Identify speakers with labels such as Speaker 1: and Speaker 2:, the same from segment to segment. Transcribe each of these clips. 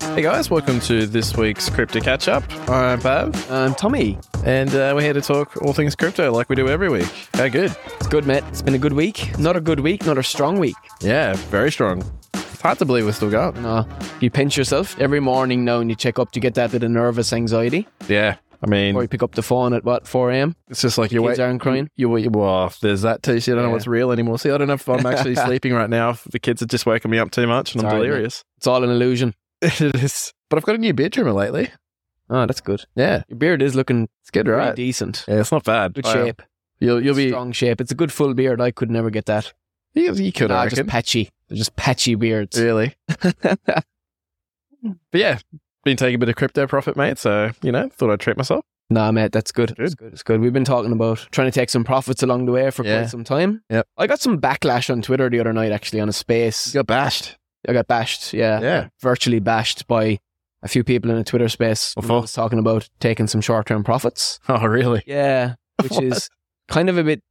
Speaker 1: Hey guys, welcome to this week's Crypto Catch Up. I'm Pav,
Speaker 2: Um, Tommy,
Speaker 1: and uh, we're here to talk all things crypto like we do every week. How good?
Speaker 2: it's good, mate. It's been a good week. Not a good week, not a strong week.
Speaker 1: Yeah, very strong. It's hard to believe we're still going.
Speaker 2: No, you pinch yourself every morning knowing you check up to get that bit of nervous anxiety.
Speaker 1: Yeah, I mean,
Speaker 2: Or you pick up the phone at what, 4 a.m.?
Speaker 1: it's just like you're
Speaker 2: Kids
Speaker 1: waiting.
Speaker 2: aren't crying.
Speaker 1: You, you, well, there's that too. So I don't know
Speaker 2: Yeah.
Speaker 1: what's real anymore. See, I don't know if I'm actually sleeping right now. If the kids are just waking me up too much, and I'm
Speaker 2: Sorry, mate.
Speaker 1: delirious.
Speaker 2: It's all an illusion.
Speaker 1: it is. But I've got a new beard trimmer lately.
Speaker 2: Oh, that's good.
Speaker 1: Yeah,
Speaker 2: Your beard is looking
Speaker 1: it's good,
Speaker 2: pretty
Speaker 1: right?
Speaker 2: decent.
Speaker 1: Yeah, it's not bad.
Speaker 2: Good
Speaker 1: I-
Speaker 2: shape.
Speaker 1: You'll you'll be
Speaker 2: Strong shape. It's a good full beard. I could never get that.
Speaker 1: you, you could. I
Speaker 2: Nah,
Speaker 1: reckon.
Speaker 2: just patchy. They're just patchy beards.
Speaker 1: Really? but yeah, been taking a bit of crypto profit, mate. So, you know, thought I'd treat myself.
Speaker 2: Nah, mate, that's good. It's good. It's good. We've been talking about trying to take some profits along the way for
Speaker 1: Yeah.
Speaker 2: quite some time.
Speaker 1: Yep.
Speaker 2: I got some backlash on Twitter the other night, actually, on a space.
Speaker 1: got bashed.
Speaker 2: I got bashed. Yeah.
Speaker 1: Yeah.
Speaker 2: virtually bashed by a few people in a Twitter space
Speaker 1: What
Speaker 2: when I
Speaker 1: for?
Speaker 2: was talking about taking some short term profits.
Speaker 1: Oh, really? Is
Speaker 2: Yeah. Which
Speaker 1: What?
Speaker 2: is kind of a bit,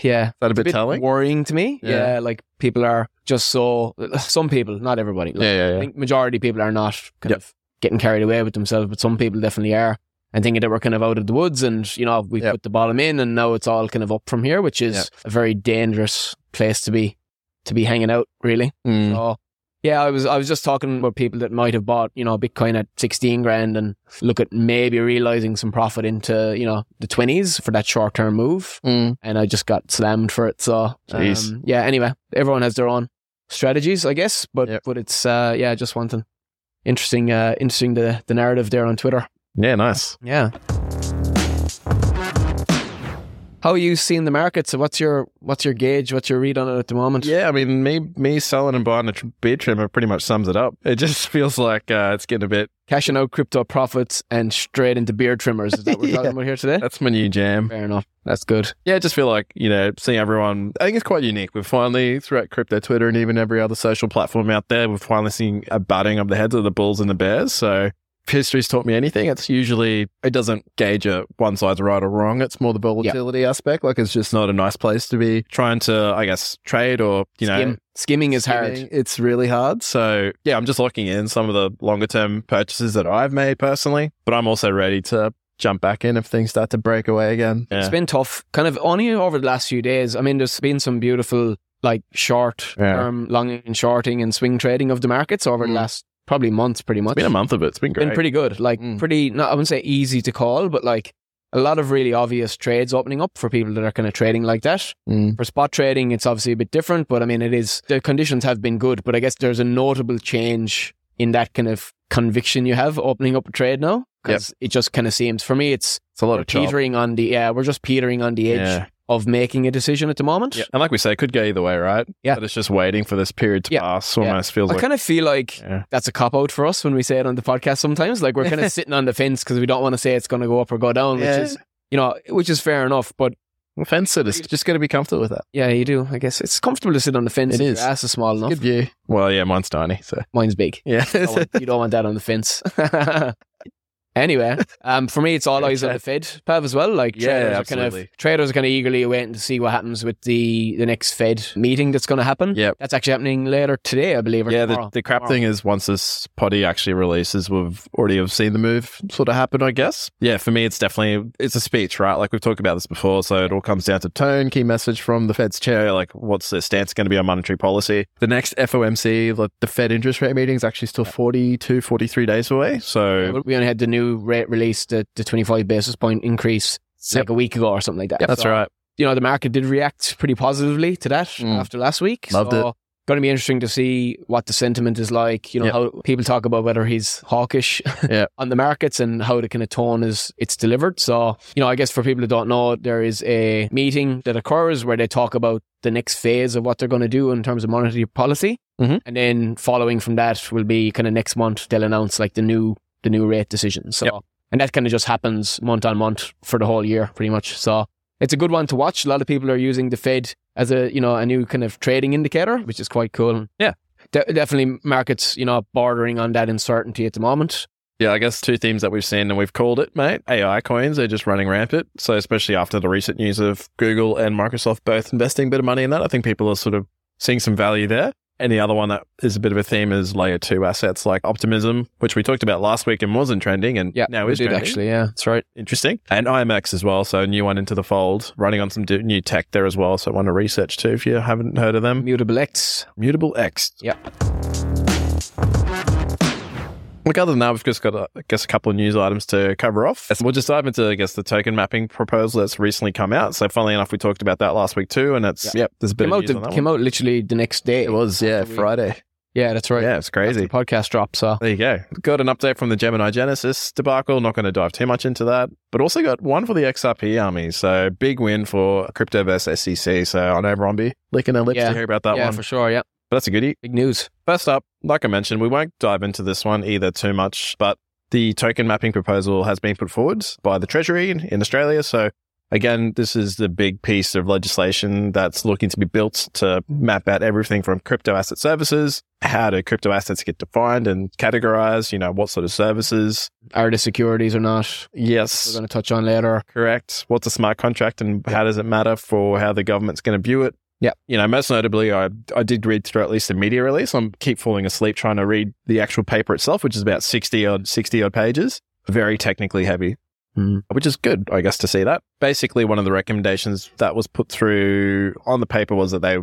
Speaker 2: yeah,
Speaker 1: that a
Speaker 2: a
Speaker 1: bit,
Speaker 2: bit
Speaker 1: telling?
Speaker 2: worrying to me.
Speaker 1: Yeah.
Speaker 2: Yeah. Like people are just so, some people, not everybody. Like,
Speaker 1: yeah, yeah,
Speaker 2: I
Speaker 1: yeah.
Speaker 2: think majority of people are not kind
Speaker 1: Yep.
Speaker 2: of getting carried away with themselves, but some people definitely are. And thinking that we're kind of out of the woods and, you know, we
Speaker 1: Yep.
Speaker 2: put the bottom in and now it's all kind of up from here, which is
Speaker 1: Yep.
Speaker 2: a very dangerous place to be, to be hanging out, really.
Speaker 1: Mm.
Speaker 2: So yeah, I was I was just talking about people that might have bought you know Bitcoin at sixteen grand and look at maybe realizing some profit into you know the twenties for that short term move,
Speaker 1: Mm.
Speaker 2: and I just got slammed for it. So
Speaker 1: Jeez.
Speaker 2: um, yeah. Anyway, everyone has their own strategies, I guess, but
Speaker 1: Yep.
Speaker 2: but it's uh, yeah, just one thing. Interesting, uh, interesting the the narrative there on Twitter.
Speaker 1: Yeah, nice.
Speaker 2: Yeah. How are you seeing the market? So what's your what's your gauge? What's your read on it at the moment?
Speaker 1: Yeah, I mean, me me selling and buying a tr- beard trimmer pretty much sums it up. It just feels like uh, it's getting a bit.
Speaker 2: cashing out crypto profits and straight into beard trimmers. Is that what we're
Speaker 1: Yeah.
Speaker 2: talking about here today?
Speaker 1: That's my new jam.
Speaker 2: Fair enough. That's good.
Speaker 1: Yeah, I just feel like you know, seeing everyone. I think it's quite unique. We've finally throughout crypto, Twitter, and even every other social platform out there, we've finally seen a batting of the heads of the bulls and the bears. So if history's taught me anything, it's usually it doesn't gauge a one side's right or wrong. It's more the volatility aspect. Like it's just not a nice place to be trying to, I guess, trade or you know.
Speaker 2: Skim. Skimming is
Speaker 1: skimming.
Speaker 2: hard.
Speaker 1: It's really hard. So yeah, I'm just locking in some of the longer term purchases that I've made personally, but I'm also ready to jump back in if things start to break away again.
Speaker 2: It's been tough, kind of only over the last few days. I mean, there's been some beautiful, like, short
Speaker 1: Yeah.
Speaker 2: term, long and shorting and swing trading of the markets over the
Speaker 1: Mm.
Speaker 2: last probably months, pretty much.
Speaker 1: It's been a month of it. It's been great.
Speaker 2: Been pretty good. Like,
Speaker 1: Mm.
Speaker 2: pretty, not, I wouldn't say easy to call, but like, a lot of really obvious trades opening up for people that are kind of trading like that.
Speaker 1: Mm.
Speaker 2: For spot trading, it's obviously a bit different, but I mean, it is the conditions have been good. But I guess there's a notable change in that kind of conviction you have opening up a trade now because it just kind of seems for me it's
Speaker 1: It's a lot
Speaker 2: we're
Speaker 1: of chop.
Speaker 2: petering on the yeah we're just petering on the edge
Speaker 1: Yeah.
Speaker 2: of making a decision at the moment.
Speaker 1: Yeah. And like we say, it could go either way, right?
Speaker 2: Yeah.
Speaker 1: But it's just waiting for this period to
Speaker 2: Yeah.
Speaker 1: pass
Speaker 2: Yeah.
Speaker 1: almost feels
Speaker 2: I
Speaker 1: like.
Speaker 2: kind of feel like
Speaker 1: Yeah.
Speaker 2: that's a cop out for us when we say it on the podcast sometimes. Like we're kind of sitting on the fence because we don't want to say it's going to go up or go down,
Speaker 1: Yeah.
Speaker 2: which is you know which is fair enough. But
Speaker 1: Well, fence sitters just got to be comfortable with that.
Speaker 2: yeah, you do. I guess it's comfortable to sit on the fence.
Speaker 1: It
Speaker 2: if
Speaker 1: is.
Speaker 2: Your ass is small enough.
Speaker 1: Good view. Well, yeah, mine's tiny. So,
Speaker 2: Mine's big.
Speaker 1: yeah.
Speaker 2: don't want- you don't want that on the fence. anyway, um, for me, it's all
Speaker 1: Yeah,
Speaker 2: eyes on
Speaker 1: tra-
Speaker 2: the Fed, Pav, as well. Like
Speaker 1: Yeah,
Speaker 2: traders are kind
Speaker 1: absolutely.
Speaker 2: of traders are kind of eagerly waiting to see what happens with the the next Fed meeting that's going to happen.
Speaker 1: Yep.
Speaker 2: that's actually happening later today, I believe. Or
Speaker 1: yeah, the,
Speaker 2: tomorrow.
Speaker 1: the crap
Speaker 2: Tomorrow.
Speaker 1: thing is once this potty actually releases, we've already have seen the move sort of happen, I guess. Yeah, for me, it's definitely, it's a speech, right? Like we've talked about this before. So it all comes down to tone, key message from the Fed's chair. Like what's their stance going to be on monetary policy? The next FOMC, like the Fed interest rate meeting is actually still 42, 43 days away. So
Speaker 2: Yeah, but we only had the new rate release, the the twenty five basis point increase.
Speaker 1: Yep.
Speaker 2: Like a week ago or something like that.
Speaker 1: yeah, that's
Speaker 2: So,
Speaker 1: right.
Speaker 2: You know, the market did react pretty positively to that
Speaker 1: Mm.
Speaker 2: after last week.
Speaker 1: Loved
Speaker 2: so Going to be interesting to see what the sentiment is like. You know
Speaker 1: Yep.
Speaker 2: how people talk about whether he's hawkish
Speaker 1: Yeah.
Speaker 2: on the markets and how the kind of tone is it's delivered. So, you know, I guess for people that don't know, there is a meeting that occurs where they talk about the next phase of what they're going to do in terms of monetary policy,
Speaker 1: Mhm.
Speaker 2: and then following from that will be kind of next month they'll announce like the new the new rate decision. So,
Speaker 1: Yep.
Speaker 2: and that kind of just happens month on month for the whole year, pretty much. So. It's a good one to watch. A lot of people are using the Fed as a you know a new kind of trading indicator, which is quite cool.
Speaker 1: Yeah.
Speaker 2: De- definitely markets you know bordering on that uncertainty at the moment.
Speaker 1: Yeah, I guess two themes that we've seen and we've called it, mate. AI coins are just running rampant. So, especially after the recent news of Google and Microsoft both investing a bit of money in that, I think people are sort of seeing some value there. And the other one that is a bit of a theme is layer two assets like optimism, which we talked about last week and wasn't trending and
Speaker 2: Yeah,
Speaker 1: now
Speaker 2: we
Speaker 1: is
Speaker 2: did
Speaker 1: trending.
Speaker 2: actually. Yeah, that's right.
Speaker 1: Interesting. And IMX as well. So a new one into the fold, running on some d- new tech there as well. So one to research too if you haven't heard of them.
Speaker 2: Mutable X.
Speaker 1: Mutable X.
Speaker 2: Yep.
Speaker 1: Look, other than that, we've just got, uh, I guess, a couple of news items to cover off. We'll just dive into, I guess, the token mapping proposal that's recently come out. So, funnily enough, we talked about that last week too, and it's yep, there's a bit
Speaker 2: Came
Speaker 1: of
Speaker 2: out,
Speaker 1: news
Speaker 2: the-
Speaker 1: on that
Speaker 2: came
Speaker 1: one.
Speaker 2: out literally the next day.
Speaker 1: It was, yeah,
Speaker 2: week.
Speaker 1: Friday.
Speaker 2: Yeah, that's right.
Speaker 1: Yeah, it's
Speaker 2: The
Speaker 1: crazy.
Speaker 2: podcast dropped, so
Speaker 1: There you go. Got an update from the Gemini Genesis debacle. Not going to dive too much into that, but also got one for the XRP army. So big win for crypto versus SEC. So I know everyone be licking their lips
Speaker 2: Yeah.
Speaker 1: to hear about that
Speaker 2: yeah,
Speaker 1: one.
Speaker 2: for sure. Yeah,
Speaker 1: But that's a goodie.
Speaker 2: big news.
Speaker 1: First up, like I mentioned, we won't dive into this one either too much, but the token mapping proposal has been put forward by the Treasury in, in Australia. So, again, this is the big piece of legislation that's looking to be built to map out everything from crypto asset services, how do crypto assets get defined and categorized, you know, what sort of services.
Speaker 2: Are the securities or not? We're
Speaker 1: Yes.
Speaker 2: going to touch on later.
Speaker 1: Correct. What's a smart contract and how does it matter for how the government's going to view it?
Speaker 2: Yep.
Speaker 1: You know, most notably, I, I did read through at least the media release. I'm keep falling asleep trying to read the actual paper itself, which is about 60 odd, 60 odd pages. Very technically heavy,
Speaker 2: Mhm.
Speaker 1: which is good, I guess, to see that. Basically, one of the recommendations that was put through on the paper was that they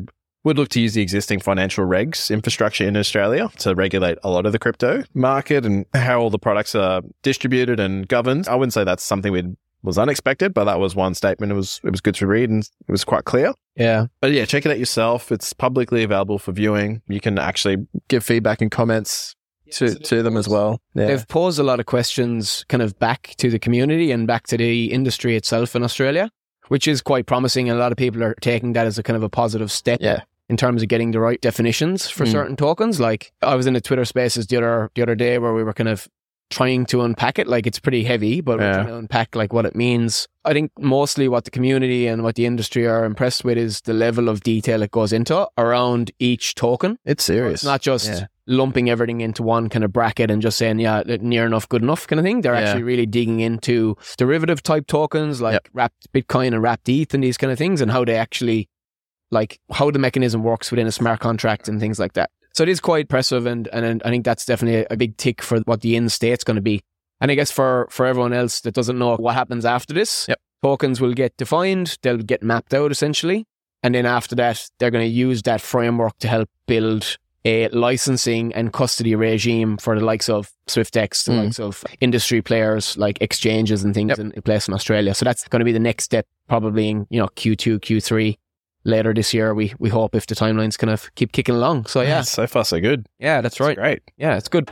Speaker 1: would look to use the existing financial regs infrastructure in Australia to regulate a lot of the crypto market and how all the products are distributed and governed. I wouldn't say that's something we'd was unexpected, but that was one statement. It was it was good to read and it was quite clear.
Speaker 2: Yeah,
Speaker 1: But yeah, check it out yourself. It's publicly available for viewing. You can actually give feedback and comments to, to them as well. Yeah.
Speaker 2: They've posed a lot of questions kind of back to the community and back to the industry itself in Australia, which is quite promising. And a lot of people are taking that as a kind of a positive step
Speaker 1: Yeah.
Speaker 2: in terms of getting the right definitions for
Speaker 1: Mm.
Speaker 2: certain tokens. Like I was in the Twitter spaces the other the other day where we were kind of trying to unpack it. Like it's pretty heavy, but we're
Speaker 1: Yeah.
Speaker 2: trying to unpack like what it means. I think mostly what the community and what the industry are impressed with is the level of detail it goes into around each token.
Speaker 1: It's
Speaker 2: So
Speaker 1: serious.
Speaker 2: It's not just
Speaker 1: Yeah.
Speaker 2: lumping everything into one kind of bracket and just saying, yeah, that near enough, good enough kind of thing. They're
Speaker 1: Yeah.
Speaker 2: actually really digging into derivative type tokens like
Speaker 1: Yep.
Speaker 2: wrapped Bitcoin and wrapped ETH and these kind of things and how they actually, like, how the mechanism works within a smart contract and things like that. So it is quite impressive. And, and I think that's definitely a big tick for what the end state's going to be. And I guess for, for everyone else that doesn't know what happens after this,
Speaker 1: Yep.
Speaker 2: tokens will get defined, they'll get mapped out essentially. And then after that, they're going to use that framework to help build a licensing and custody regime for the likes of SwiftX, the
Speaker 1: Mm.
Speaker 2: likes of industry players like exchanges and things
Speaker 1: Yep.
Speaker 2: in place in Australia. So that's going to be the next step, probably in you know Q2, Q3 later this year. We we hope if the timelines kind of keep kicking along. So yeah,
Speaker 1: So far, so good.
Speaker 2: yeah, that's
Speaker 1: It's great.
Speaker 2: Yeah, it's good.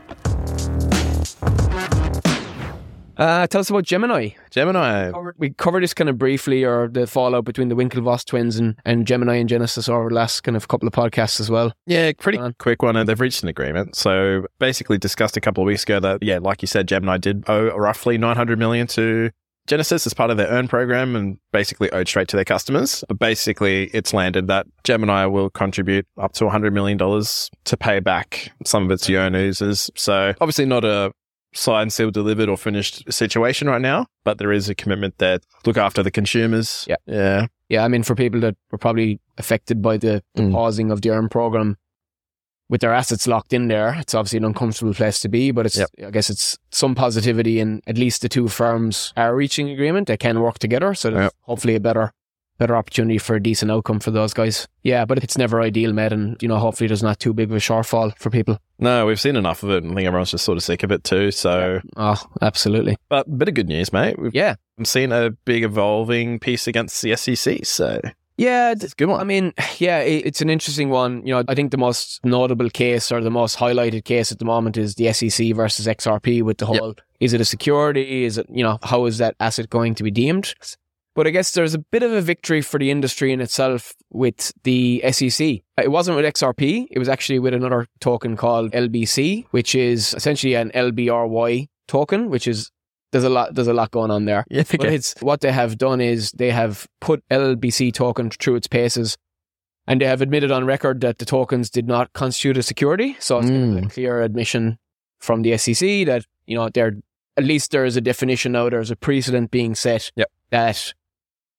Speaker 2: Uh, tell us about Gemini.
Speaker 1: Gemini.
Speaker 2: We covered this kind of briefly, or the fallout between the Winklevoss twins and, and Gemini and Genesis over the last kind of couple of podcasts as well.
Speaker 1: Yeah, pretty
Speaker 2: Go on.
Speaker 1: quick one. And they've reached an agreement. So basically, discussed a couple of weeks ago that, yeah, like you said, Gemini did owe roughly 900 million to Genesis as part of their earn program and basically owed straight to their customers. But basically, it's landed that Gemini will contribute up to $100 million to pay back some of its yearn users. So obviously, not a signed, sealed, delivered, or finished situation right now, but there is a commitment there. Look after the consumers.
Speaker 2: Yeah.
Speaker 1: Yeah.
Speaker 2: Yeah, I mean, for people that were probably affected by the, the
Speaker 1: Mm.
Speaker 2: pausing of the ERM program with their assets locked in there, it's obviously an uncomfortable place to be, but it's,
Speaker 1: Yep.
Speaker 2: I guess it's some positivity and at least the two firms are reaching agreement. They can work together. So there's
Speaker 1: Yep.
Speaker 2: hopefully a better, better opportunity for a decent outcome for those guys. Yeah, but it's never ideal, mate. And, you know, hopefully there's not too big of a shortfall for people.
Speaker 1: No, we've seen enough of it. And I think everyone's just sort of sick of it too. So,
Speaker 2: Oh, absolutely.
Speaker 1: but bit of good news, mate. We've
Speaker 2: Yeah.
Speaker 1: I'm seeing a big evolving piece against the SEC. So
Speaker 2: Yeah,
Speaker 1: it's a good
Speaker 2: I
Speaker 1: one.
Speaker 2: mean, yeah, it, it's an interesting one. You know, I think the most notable case or the most highlighted case at the moment is the SEC versus XRP with the
Speaker 1: Yep.
Speaker 2: whole is it a security? Is it, you know, how is that asset going to be deemed? But I guess there's a bit of a victory for the industry in itself with the SEC. It wasn't with XRP, it was actually with another token called LBC, which is essentially an LBRY token, which is there's a lot there's a lot going on there.
Speaker 1: Yeah,
Speaker 2: But it's what they have done is they have put LBC token through its paces, and they have admitted on record that the tokens did not constitute a security. So it's kind
Speaker 1: Mm-hmm.
Speaker 2: of a clear admission from the SEC that you know there at least there is a definition now. There's a precedent being set
Speaker 1: Yep.
Speaker 2: that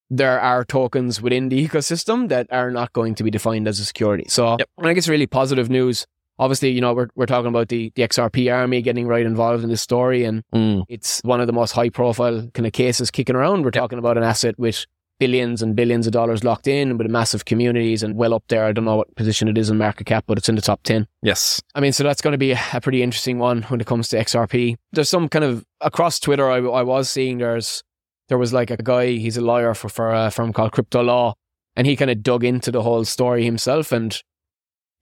Speaker 2: there are tokens within the ecosystem that are not going to be defined as a security. So
Speaker 1: Yep.
Speaker 2: I think it's really positive news. Obviously, you know, we're, we're talking about the, the XRP army getting right involved in this story, and
Speaker 1: Mm,
Speaker 2: it's one of the most high profile kind of cases kicking around. We're talking about an asset with billions and billions of dollars locked in with massive communities and well up there. I don't know what position it is in market cap, but it's in the top 10.
Speaker 1: Yes.
Speaker 2: I mean, so that's going to be a pretty interesting one when it comes to XRP. There's some kind of across Twitter. I, I was seeing there's there was like a guy. He's a lawyer for for a firm called Crypto Law, and he kind of dug into the whole story himself. And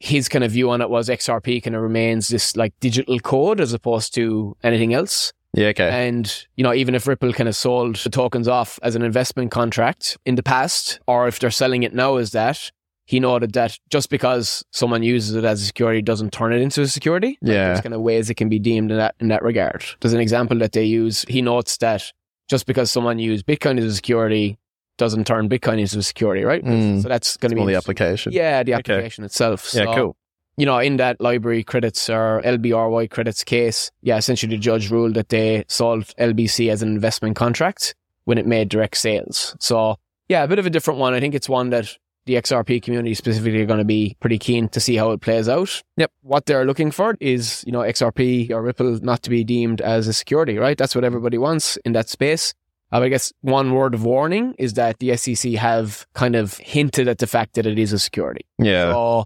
Speaker 2: his kind of view on it was XRP kind of remains this like digital code as opposed to anything else.
Speaker 1: Yeah. Okay.
Speaker 2: And, you know, even if Ripple kind of sold the tokens off as an investment contract in the past, or if they're selling it now as that, he noted that just because someone uses it as a security doesn't turn it into a security.
Speaker 1: yeah.
Speaker 2: There's kind of ways it can be deemed in that in that regard. There's an example that they use. He notes that just because someone used Bitcoin as a security doesn't turn Bitcoin into a security, right?
Speaker 1: Mm.
Speaker 2: So that's going to be
Speaker 1: Well, the
Speaker 2: interesting.
Speaker 1: application.
Speaker 2: Yeah, the
Speaker 1: Okay.
Speaker 2: application itself.
Speaker 1: Yeah.
Speaker 2: So-
Speaker 1: cool.
Speaker 2: you know, in that library credits or LBRY credits case, yeah, essentially the judge ruled that they sold LBC as an investment contract when it made direct sales. So, yeah, a bit of a different one. I think it's one that the XRP community specifically are going to be pretty keen to see how it plays out.
Speaker 1: Yep.
Speaker 2: What they're looking for is, you know, XRP or Ripple not to be deemed as a security, right? That's what everybody wants in that space. Uh, I guess one word of warning is that the SEC have kind of hinted at the fact that it is a security.
Speaker 1: Yeah.
Speaker 2: So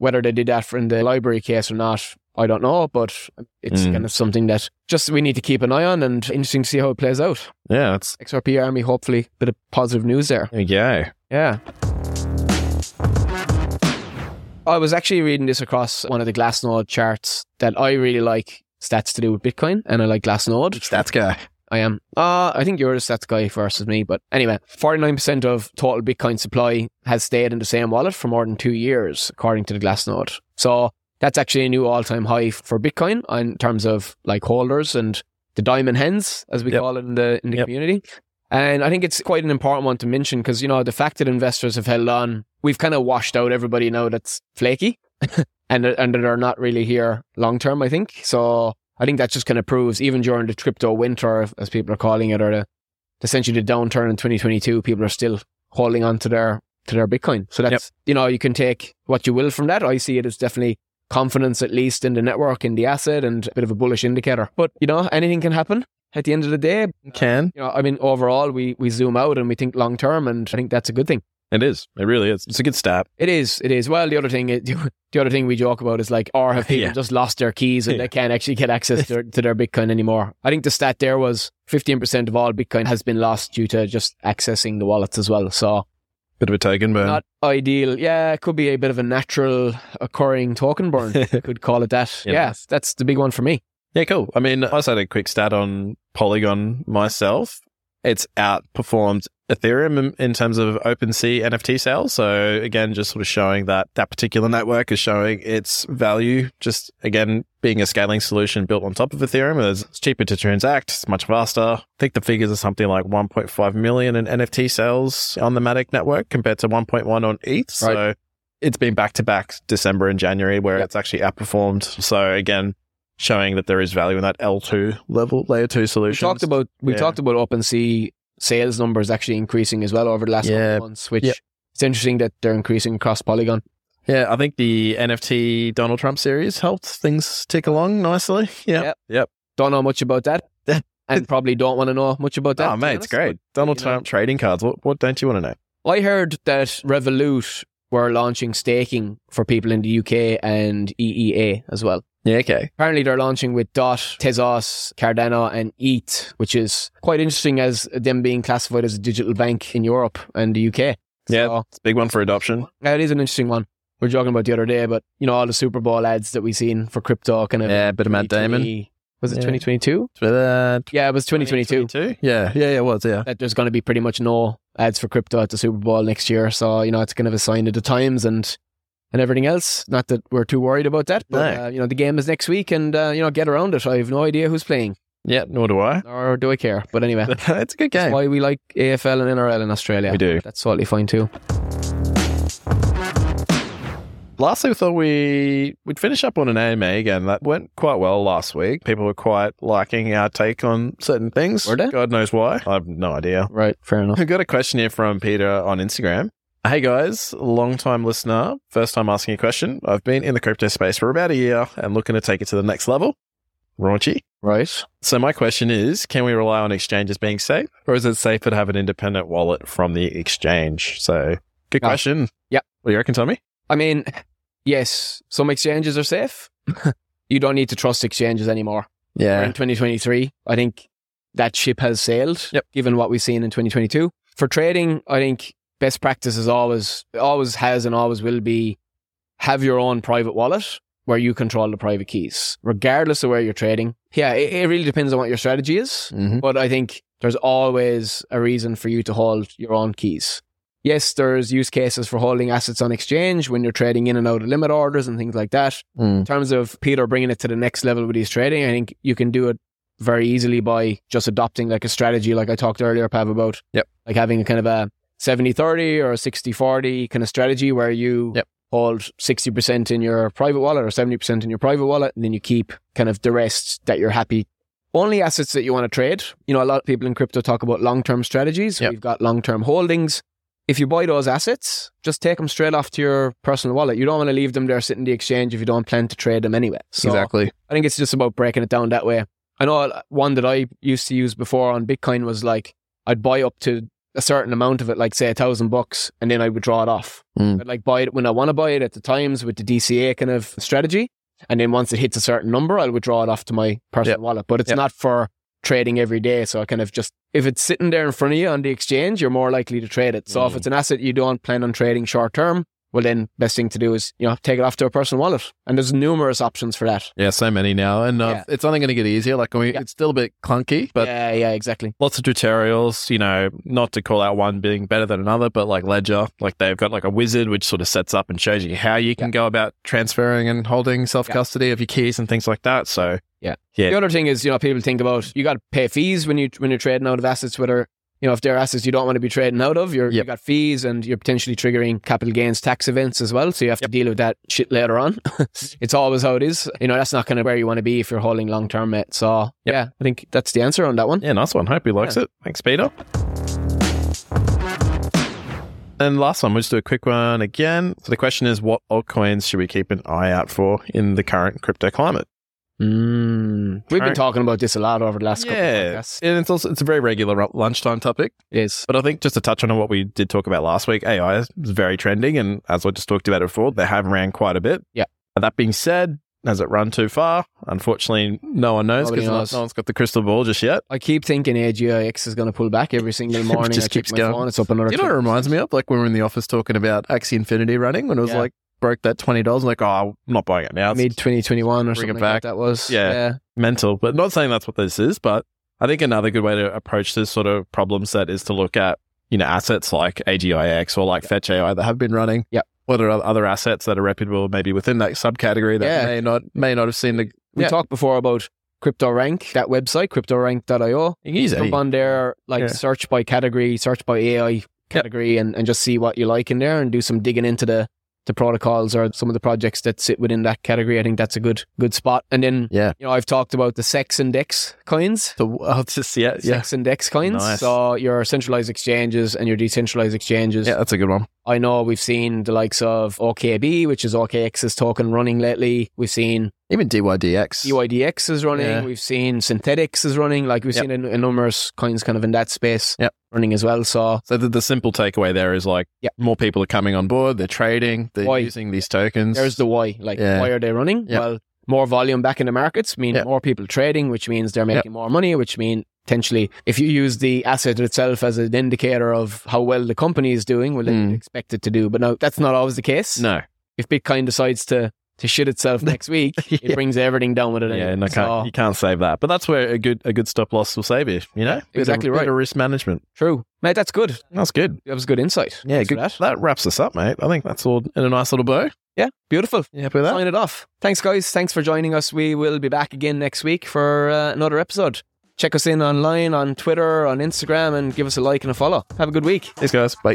Speaker 2: whether they did that for in the library case or not, I don't know. But it's
Speaker 1: Mm.
Speaker 2: kind of something that just we need to keep an eye on and interesting to see how it plays out.
Speaker 1: Yeah. That's
Speaker 2: XRP Army, hopefully, bit of positive news there.
Speaker 1: there you go.
Speaker 2: Yeah. I was actually reading this across one of the Glassnode charts that I really like stats to do with Bitcoin, and I like Glassnode.
Speaker 1: Stats guy.
Speaker 2: I am. Uh, I think you're the stats guy versus me. But anyway, 49% of total Bitcoin supply has stayed in the same wallet for more than two years, according to the Glassnode. So that's actually a new all time high for Bitcoin in terms of like holders and the diamond hens, as we
Speaker 1: Yep.
Speaker 2: call it in the, in the
Speaker 1: Yep.
Speaker 2: community. And I think it's quite an important one to mention because, you know, the fact that investors have held on, we've kind of washed out everybody now that's flaky and, and that are not really here long term, I think. So I think that just kind of proves, even during the crypto winter, as people are calling it, or the essentially the downturn in 2022, people are still holding on to their to their Bitcoin. So that's you know you can take what you will from that. I see it as definitely confidence, at least in the network, in the asset, and a bit of a bullish indicator. But you know anything can happen at the end of the day.
Speaker 1: Can.
Speaker 2: You know, I mean, overall we we zoom out and we think long term, and I think that's a good thing.
Speaker 1: It is. It really is. It's a good stat.
Speaker 2: It is, it is. Well, the other thing, the other thing we joke about is like, or have people
Speaker 1: Yeah.
Speaker 2: just lost their keys and
Speaker 1: Yeah.
Speaker 2: they can't actually get access to their, to their Bitcoin anymore? I think the stat there was 15% of all Bitcoin has been lost due to just accessing the wallets as well. So
Speaker 1: Bit of a token burn.
Speaker 2: not ideal. Yeah, it could be a bit of a natural occurring token burn. could call it that.
Speaker 1: Yeah.
Speaker 2: Yeah, that's the big one for me.
Speaker 1: Yeah, cool. I mean, I just had a quick stat on Polygon myself. It's outperformed Ethereum in, in terms of E OpenSea NFT sales. So again, just sort of showing that that particular network is showing its value. Just again, being a scaling solution built on top of Ethereum, it's it's cheaper to transact. It's much faster. I think the figures are something like 1.5 million in NFT sales on the Matic network compared to 1.1 on ETH. So it's been back to back December and January where
Speaker 2: Yep.
Speaker 1: it's actually outperformed. So again, showing that there is value in that L2 level, layer two
Speaker 2: We
Speaker 1: solution.
Speaker 2: talked about we
Speaker 1: Yeah.
Speaker 2: talked about OpenSea E sales numbers actually increasing as well over the last couple
Speaker 1: Yeah.
Speaker 2: of months, which
Speaker 1: Yeah.
Speaker 2: it's interesting that they're increasing across Polygon.
Speaker 1: yeah, I think the NFT Donald Trump series helped things tick along nicely. Yeah.
Speaker 2: Yep.
Speaker 1: Yep.
Speaker 2: Don't know much about that, and probably don't want to know much about that.
Speaker 1: oh,
Speaker 2: to be
Speaker 1: mate, it's
Speaker 2: honest, but-
Speaker 1: great. Donald
Speaker 2: you know-
Speaker 1: Trump trading cards. What, what don't you want to know?
Speaker 2: I heard that Revolut were launching staking for people in the UK and EEA as well.
Speaker 1: Yeah, okay.
Speaker 2: Apparently, they're launching with DOT, Tezos, Cardano, and ETH, which is quite interesting as them being classified as a digital bank in Europe and the UK.
Speaker 1: Yeah.
Speaker 2: So,
Speaker 1: It's a big one for adoption.
Speaker 2: yeah, it is an interesting one. We were joking about the other day, but you know all the Super Bowl ads that we seen for crypto, kind of.
Speaker 1: Yeah, bit of Matt
Speaker 2: 2020
Speaker 1: Damon.
Speaker 2: Was it
Speaker 1: Yeah.
Speaker 2: 2022?
Speaker 1: With, uh,
Speaker 2: Yeah, it was 2022.
Speaker 1: 2022? Yeah. Yeah, yeah, it was. Yeah.
Speaker 2: that there's going to be pretty much no ads for crypto at the Super Bowl next year. So you know it's kind of a sign of the times and and everything else. Not that we're too worried about that, but
Speaker 1: No.
Speaker 2: uh, you know the game is next week, and uh, you know get around it. I have no idea who's playing,
Speaker 1: Yeah, nor do I.
Speaker 2: or do I care? But anyway, that's
Speaker 1: it's a good game.
Speaker 2: why we like AFL and NRL in Australia.
Speaker 1: We do.
Speaker 2: That's totally fine too.
Speaker 1: Lastly, we thought we would finish up on an AMA again. That went quite well last week. People were quite liking our take on certain things.
Speaker 2: Were they?
Speaker 1: God knows why. I have no idea.
Speaker 2: Right, fair enough.
Speaker 1: I got a question here from Peter on Instagram. Hey guys, long time listener, first time asking a question. I've been in the crypto space for about a year and looking to take it to the next level. Raunchy.
Speaker 2: Right.
Speaker 1: So my question is, can we rely on exchanges being safe, or is it safer to have an independent wallet from the exchange? So, good
Speaker 2: Ah,
Speaker 1: question.
Speaker 2: yep.
Speaker 1: What do you reckon, Tommy?
Speaker 2: I mean, yes, some exchanges are safe. you don't need to trust exchanges anymore. We're in 2023. I think that ship has sailed,
Speaker 1: Yep.
Speaker 2: given what we've seen in 2022. For trading, I think best practice is always, always has and always will be have your own private wallet where you control the private keys, regardless of where you're trading. Yeah, it, it really depends on what your strategy is.
Speaker 1: Mm-hmm.
Speaker 2: But I think there's always a reason for you to hold your own keys. Yes, there's use cases for holding assets on exchange when you're trading in and out of limit orders and things like that. In terms of Peter bringing it to the next level with his trading, I think you can do it very easily by just adopting like a strategy, like I talked earlier, Pav, about.
Speaker 1: Yep.
Speaker 2: Like having a kind of a 70 30 or a 60 40 kind of strategy where you
Speaker 1: Yep.
Speaker 2: hold 60% in your private wallet or 70% in your private wallet, and then you keep kind of the rest that you're happy only assets that you want to trade. You know, a lot of people in crypto talk about long term strategies.
Speaker 1: Yep.
Speaker 2: We've got long term holdings. If you buy those assets, just take them straight off to your personal wallet. You don't want to leave them there sitting in the exchange if you don't plan to trade them anyway. So
Speaker 1: exactly.
Speaker 2: I think it's just about breaking it down that way. I know one that I used to use before on Bitcoin was like I'd buy up to a certain amount of it, like say a thousand bucks, and then I would draw it off.
Speaker 1: Mm.
Speaker 2: I'd like buy it when I want to buy it at the times with the DCA kind of strategy. And then once it hits a certain number, I'll withdraw it off to my personal
Speaker 1: Yep.
Speaker 2: wallet. But it's
Speaker 1: Yep.
Speaker 2: not for trading every day. So I kind of just, if it's sitting there in front of you on the exchange, you're more likely to trade it. So if
Speaker 1: Mm.
Speaker 2: it's an asset you don't plan on trading short term, well, then best thing to do is, you know, take it off to a personal wallet. And there's numerous options for that.
Speaker 1: Yeah, so many now, and uh,
Speaker 2: Yeah.
Speaker 1: it's only going to get easier. Like we,
Speaker 2: Yeah.
Speaker 1: it's still a bit clunky, but
Speaker 2: yeah, yeah, exactly.
Speaker 1: lots of tutorials. You know, not to call out one being better than another, but like Ledger, like they've got like a wizard which sort of sets up and shows you how you can go about transferring and holding self custody of your keys and things like that. So
Speaker 2: Yeah.
Speaker 1: yeah,
Speaker 2: The other thing is, you know, people think about you got to pay fees when you when you're trading out of assets. Whether you know if they're assets you don't want to be trading out of, you're, you
Speaker 1: Yep.
Speaker 2: got fees and you're potentially triggering capital gains tax events as well. So you have to deal with that shit later on. it's always how it is. You know, that's not kind of where you want to be if you're holding long term it. So yeah, I think that's the answer on that one.
Speaker 1: Yeah, nice one. Hope he likes it. Thanks, Peter. And last one, we'll just do a quick one again. So the question is, what altcoins should we keep an eye out for in the current crypto climate?
Speaker 2: Mm. We've been
Speaker 1: Alright.
Speaker 2: talking about this a lot over the last couple of
Speaker 1: yeah,
Speaker 2: podcasts.
Speaker 1: and it's also it's a very regular ru- lunchtime topic.
Speaker 2: It is.
Speaker 1: But I think just to touch on what we did talk about last week, AI is very trending, and as I just talked about it before, they have ran quite a bit.
Speaker 2: Yeah.
Speaker 1: And that being said, has it run too far? Unfortunately, no one knows
Speaker 2: Nobody
Speaker 1: because no,
Speaker 2: knows.
Speaker 1: no one's got the crystal ball just yet.
Speaker 2: I keep thinking AGIX is going to pull back every single
Speaker 1: It
Speaker 2: morning.
Speaker 1: just
Speaker 2: I keep
Speaker 1: keeps
Speaker 2: my
Speaker 1: going.
Speaker 2: phone. It's up another.
Speaker 1: You know what it reminds me of? Like when we were in the office talking about Axie Infinity running when it was
Speaker 2: Yeah.
Speaker 1: like broke that twenty dollars, like, oh I'm not buying it now. It's
Speaker 2: mid 2021 or
Speaker 1: Bring it
Speaker 2: something like
Speaker 1: back.
Speaker 2: that, that was.
Speaker 1: Yeah. mental. But not saying that's what this is, but I think another good way to approach this sort of problem set is to look at, you know, assets like AGIX or like Fetch AI that have been running.
Speaker 2: Yep.
Speaker 1: What are other assets that are reputable maybe within that subcategory that
Speaker 2: Yeah.
Speaker 1: may not may not have seen the
Speaker 2: We
Speaker 1: Yeah.
Speaker 2: talked before about CryptoRank, that website, cryptorank.io.
Speaker 1: you can use
Speaker 2: Jump
Speaker 1: it. eh?
Speaker 2: on there, like
Speaker 1: Yeah.
Speaker 2: search by category, search by AI category, and, and just see what you like in there and do some digging into the, the protocols or some of the projects that sit within that category. I think that's a good good spot. And then,
Speaker 1: Yeah.
Speaker 2: you know, I've talked about the Sex Index coins.
Speaker 1: So I'll just yeah, yeah.
Speaker 2: Sex Index coins.
Speaker 1: Nice.
Speaker 2: So your centralized exchanges and your decentralized exchanges.
Speaker 1: Yeah, that's a good one.
Speaker 2: I know we've seen the likes of OKB, which is OKX's token running lately. We've seen
Speaker 1: Even DYDX.
Speaker 2: EYDX is running.
Speaker 1: Yeah.
Speaker 2: We've seen Synthetics is running. Like we've
Speaker 1: Yep.
Speaker 2: seen a, a numerous coins kind of in that space
Speaker 1: Yep.
Speaker 2: running as well. So
Speaker 1: So the, the simple takeaway there is like
Speaker 2: Yeah.
Speaker 1: more people are coming on board, they're trading, they're
Speaker 2: Why?
Speaker 1: using these tokens.
Speaker 2: there's the why. Like
Speaker 1: Yeah.
Speaker 2: why are they running?
Speaker 1: Yep.
Speaker 2: Well, more volume back in the markets mean
Speaker 1: Yep.
Speaker 2: more people trading, which means they're making more money, which mean potentially if you use the asset itself as an indicator of how well the company is doing, well then
Speaker 1: Hmm.
Speaker 2: you expect it to do. But no, that's not always the case.
Speaker 1: no.
Speaker 2: If Bitcoin decides to to shit itself next week, it brings everything down with it.
Speaker 1: Yeah,
Speaker 2: anyway.
Speaker 1: and I can't,
Speaker 2: So-
Speaker 1: you can't save that. But that's where a good a good stop loss will save you. You know, Bit of-
Speaker 2: exactly
Speaker 1: bit
Speaker 2: right.
Speaker 1: of risk management.
Speaker 2: true, mate. That's good.
Speaker 1: That's good.
Speaker 2: That was good insight.
Speaker 1: Yeah,
Speaker 2: Thanks for
Speaker 1: good.
Speaker 2: that.
Speaker 1: That. wraps us up, mate. I think that's all in a nice little bow.
Speaker 2: Yeah, beautiful.
Speaker 1: You happy with that?
Speaker 2: sign it off. Thanks, guys. Thanks for joining us. We will be back again next week for uh, another episode. Check us in online on Twitter, on Instagram, and give us a like and a follow. Have a good week.
Speaker 1: Thanks, guys. Bye.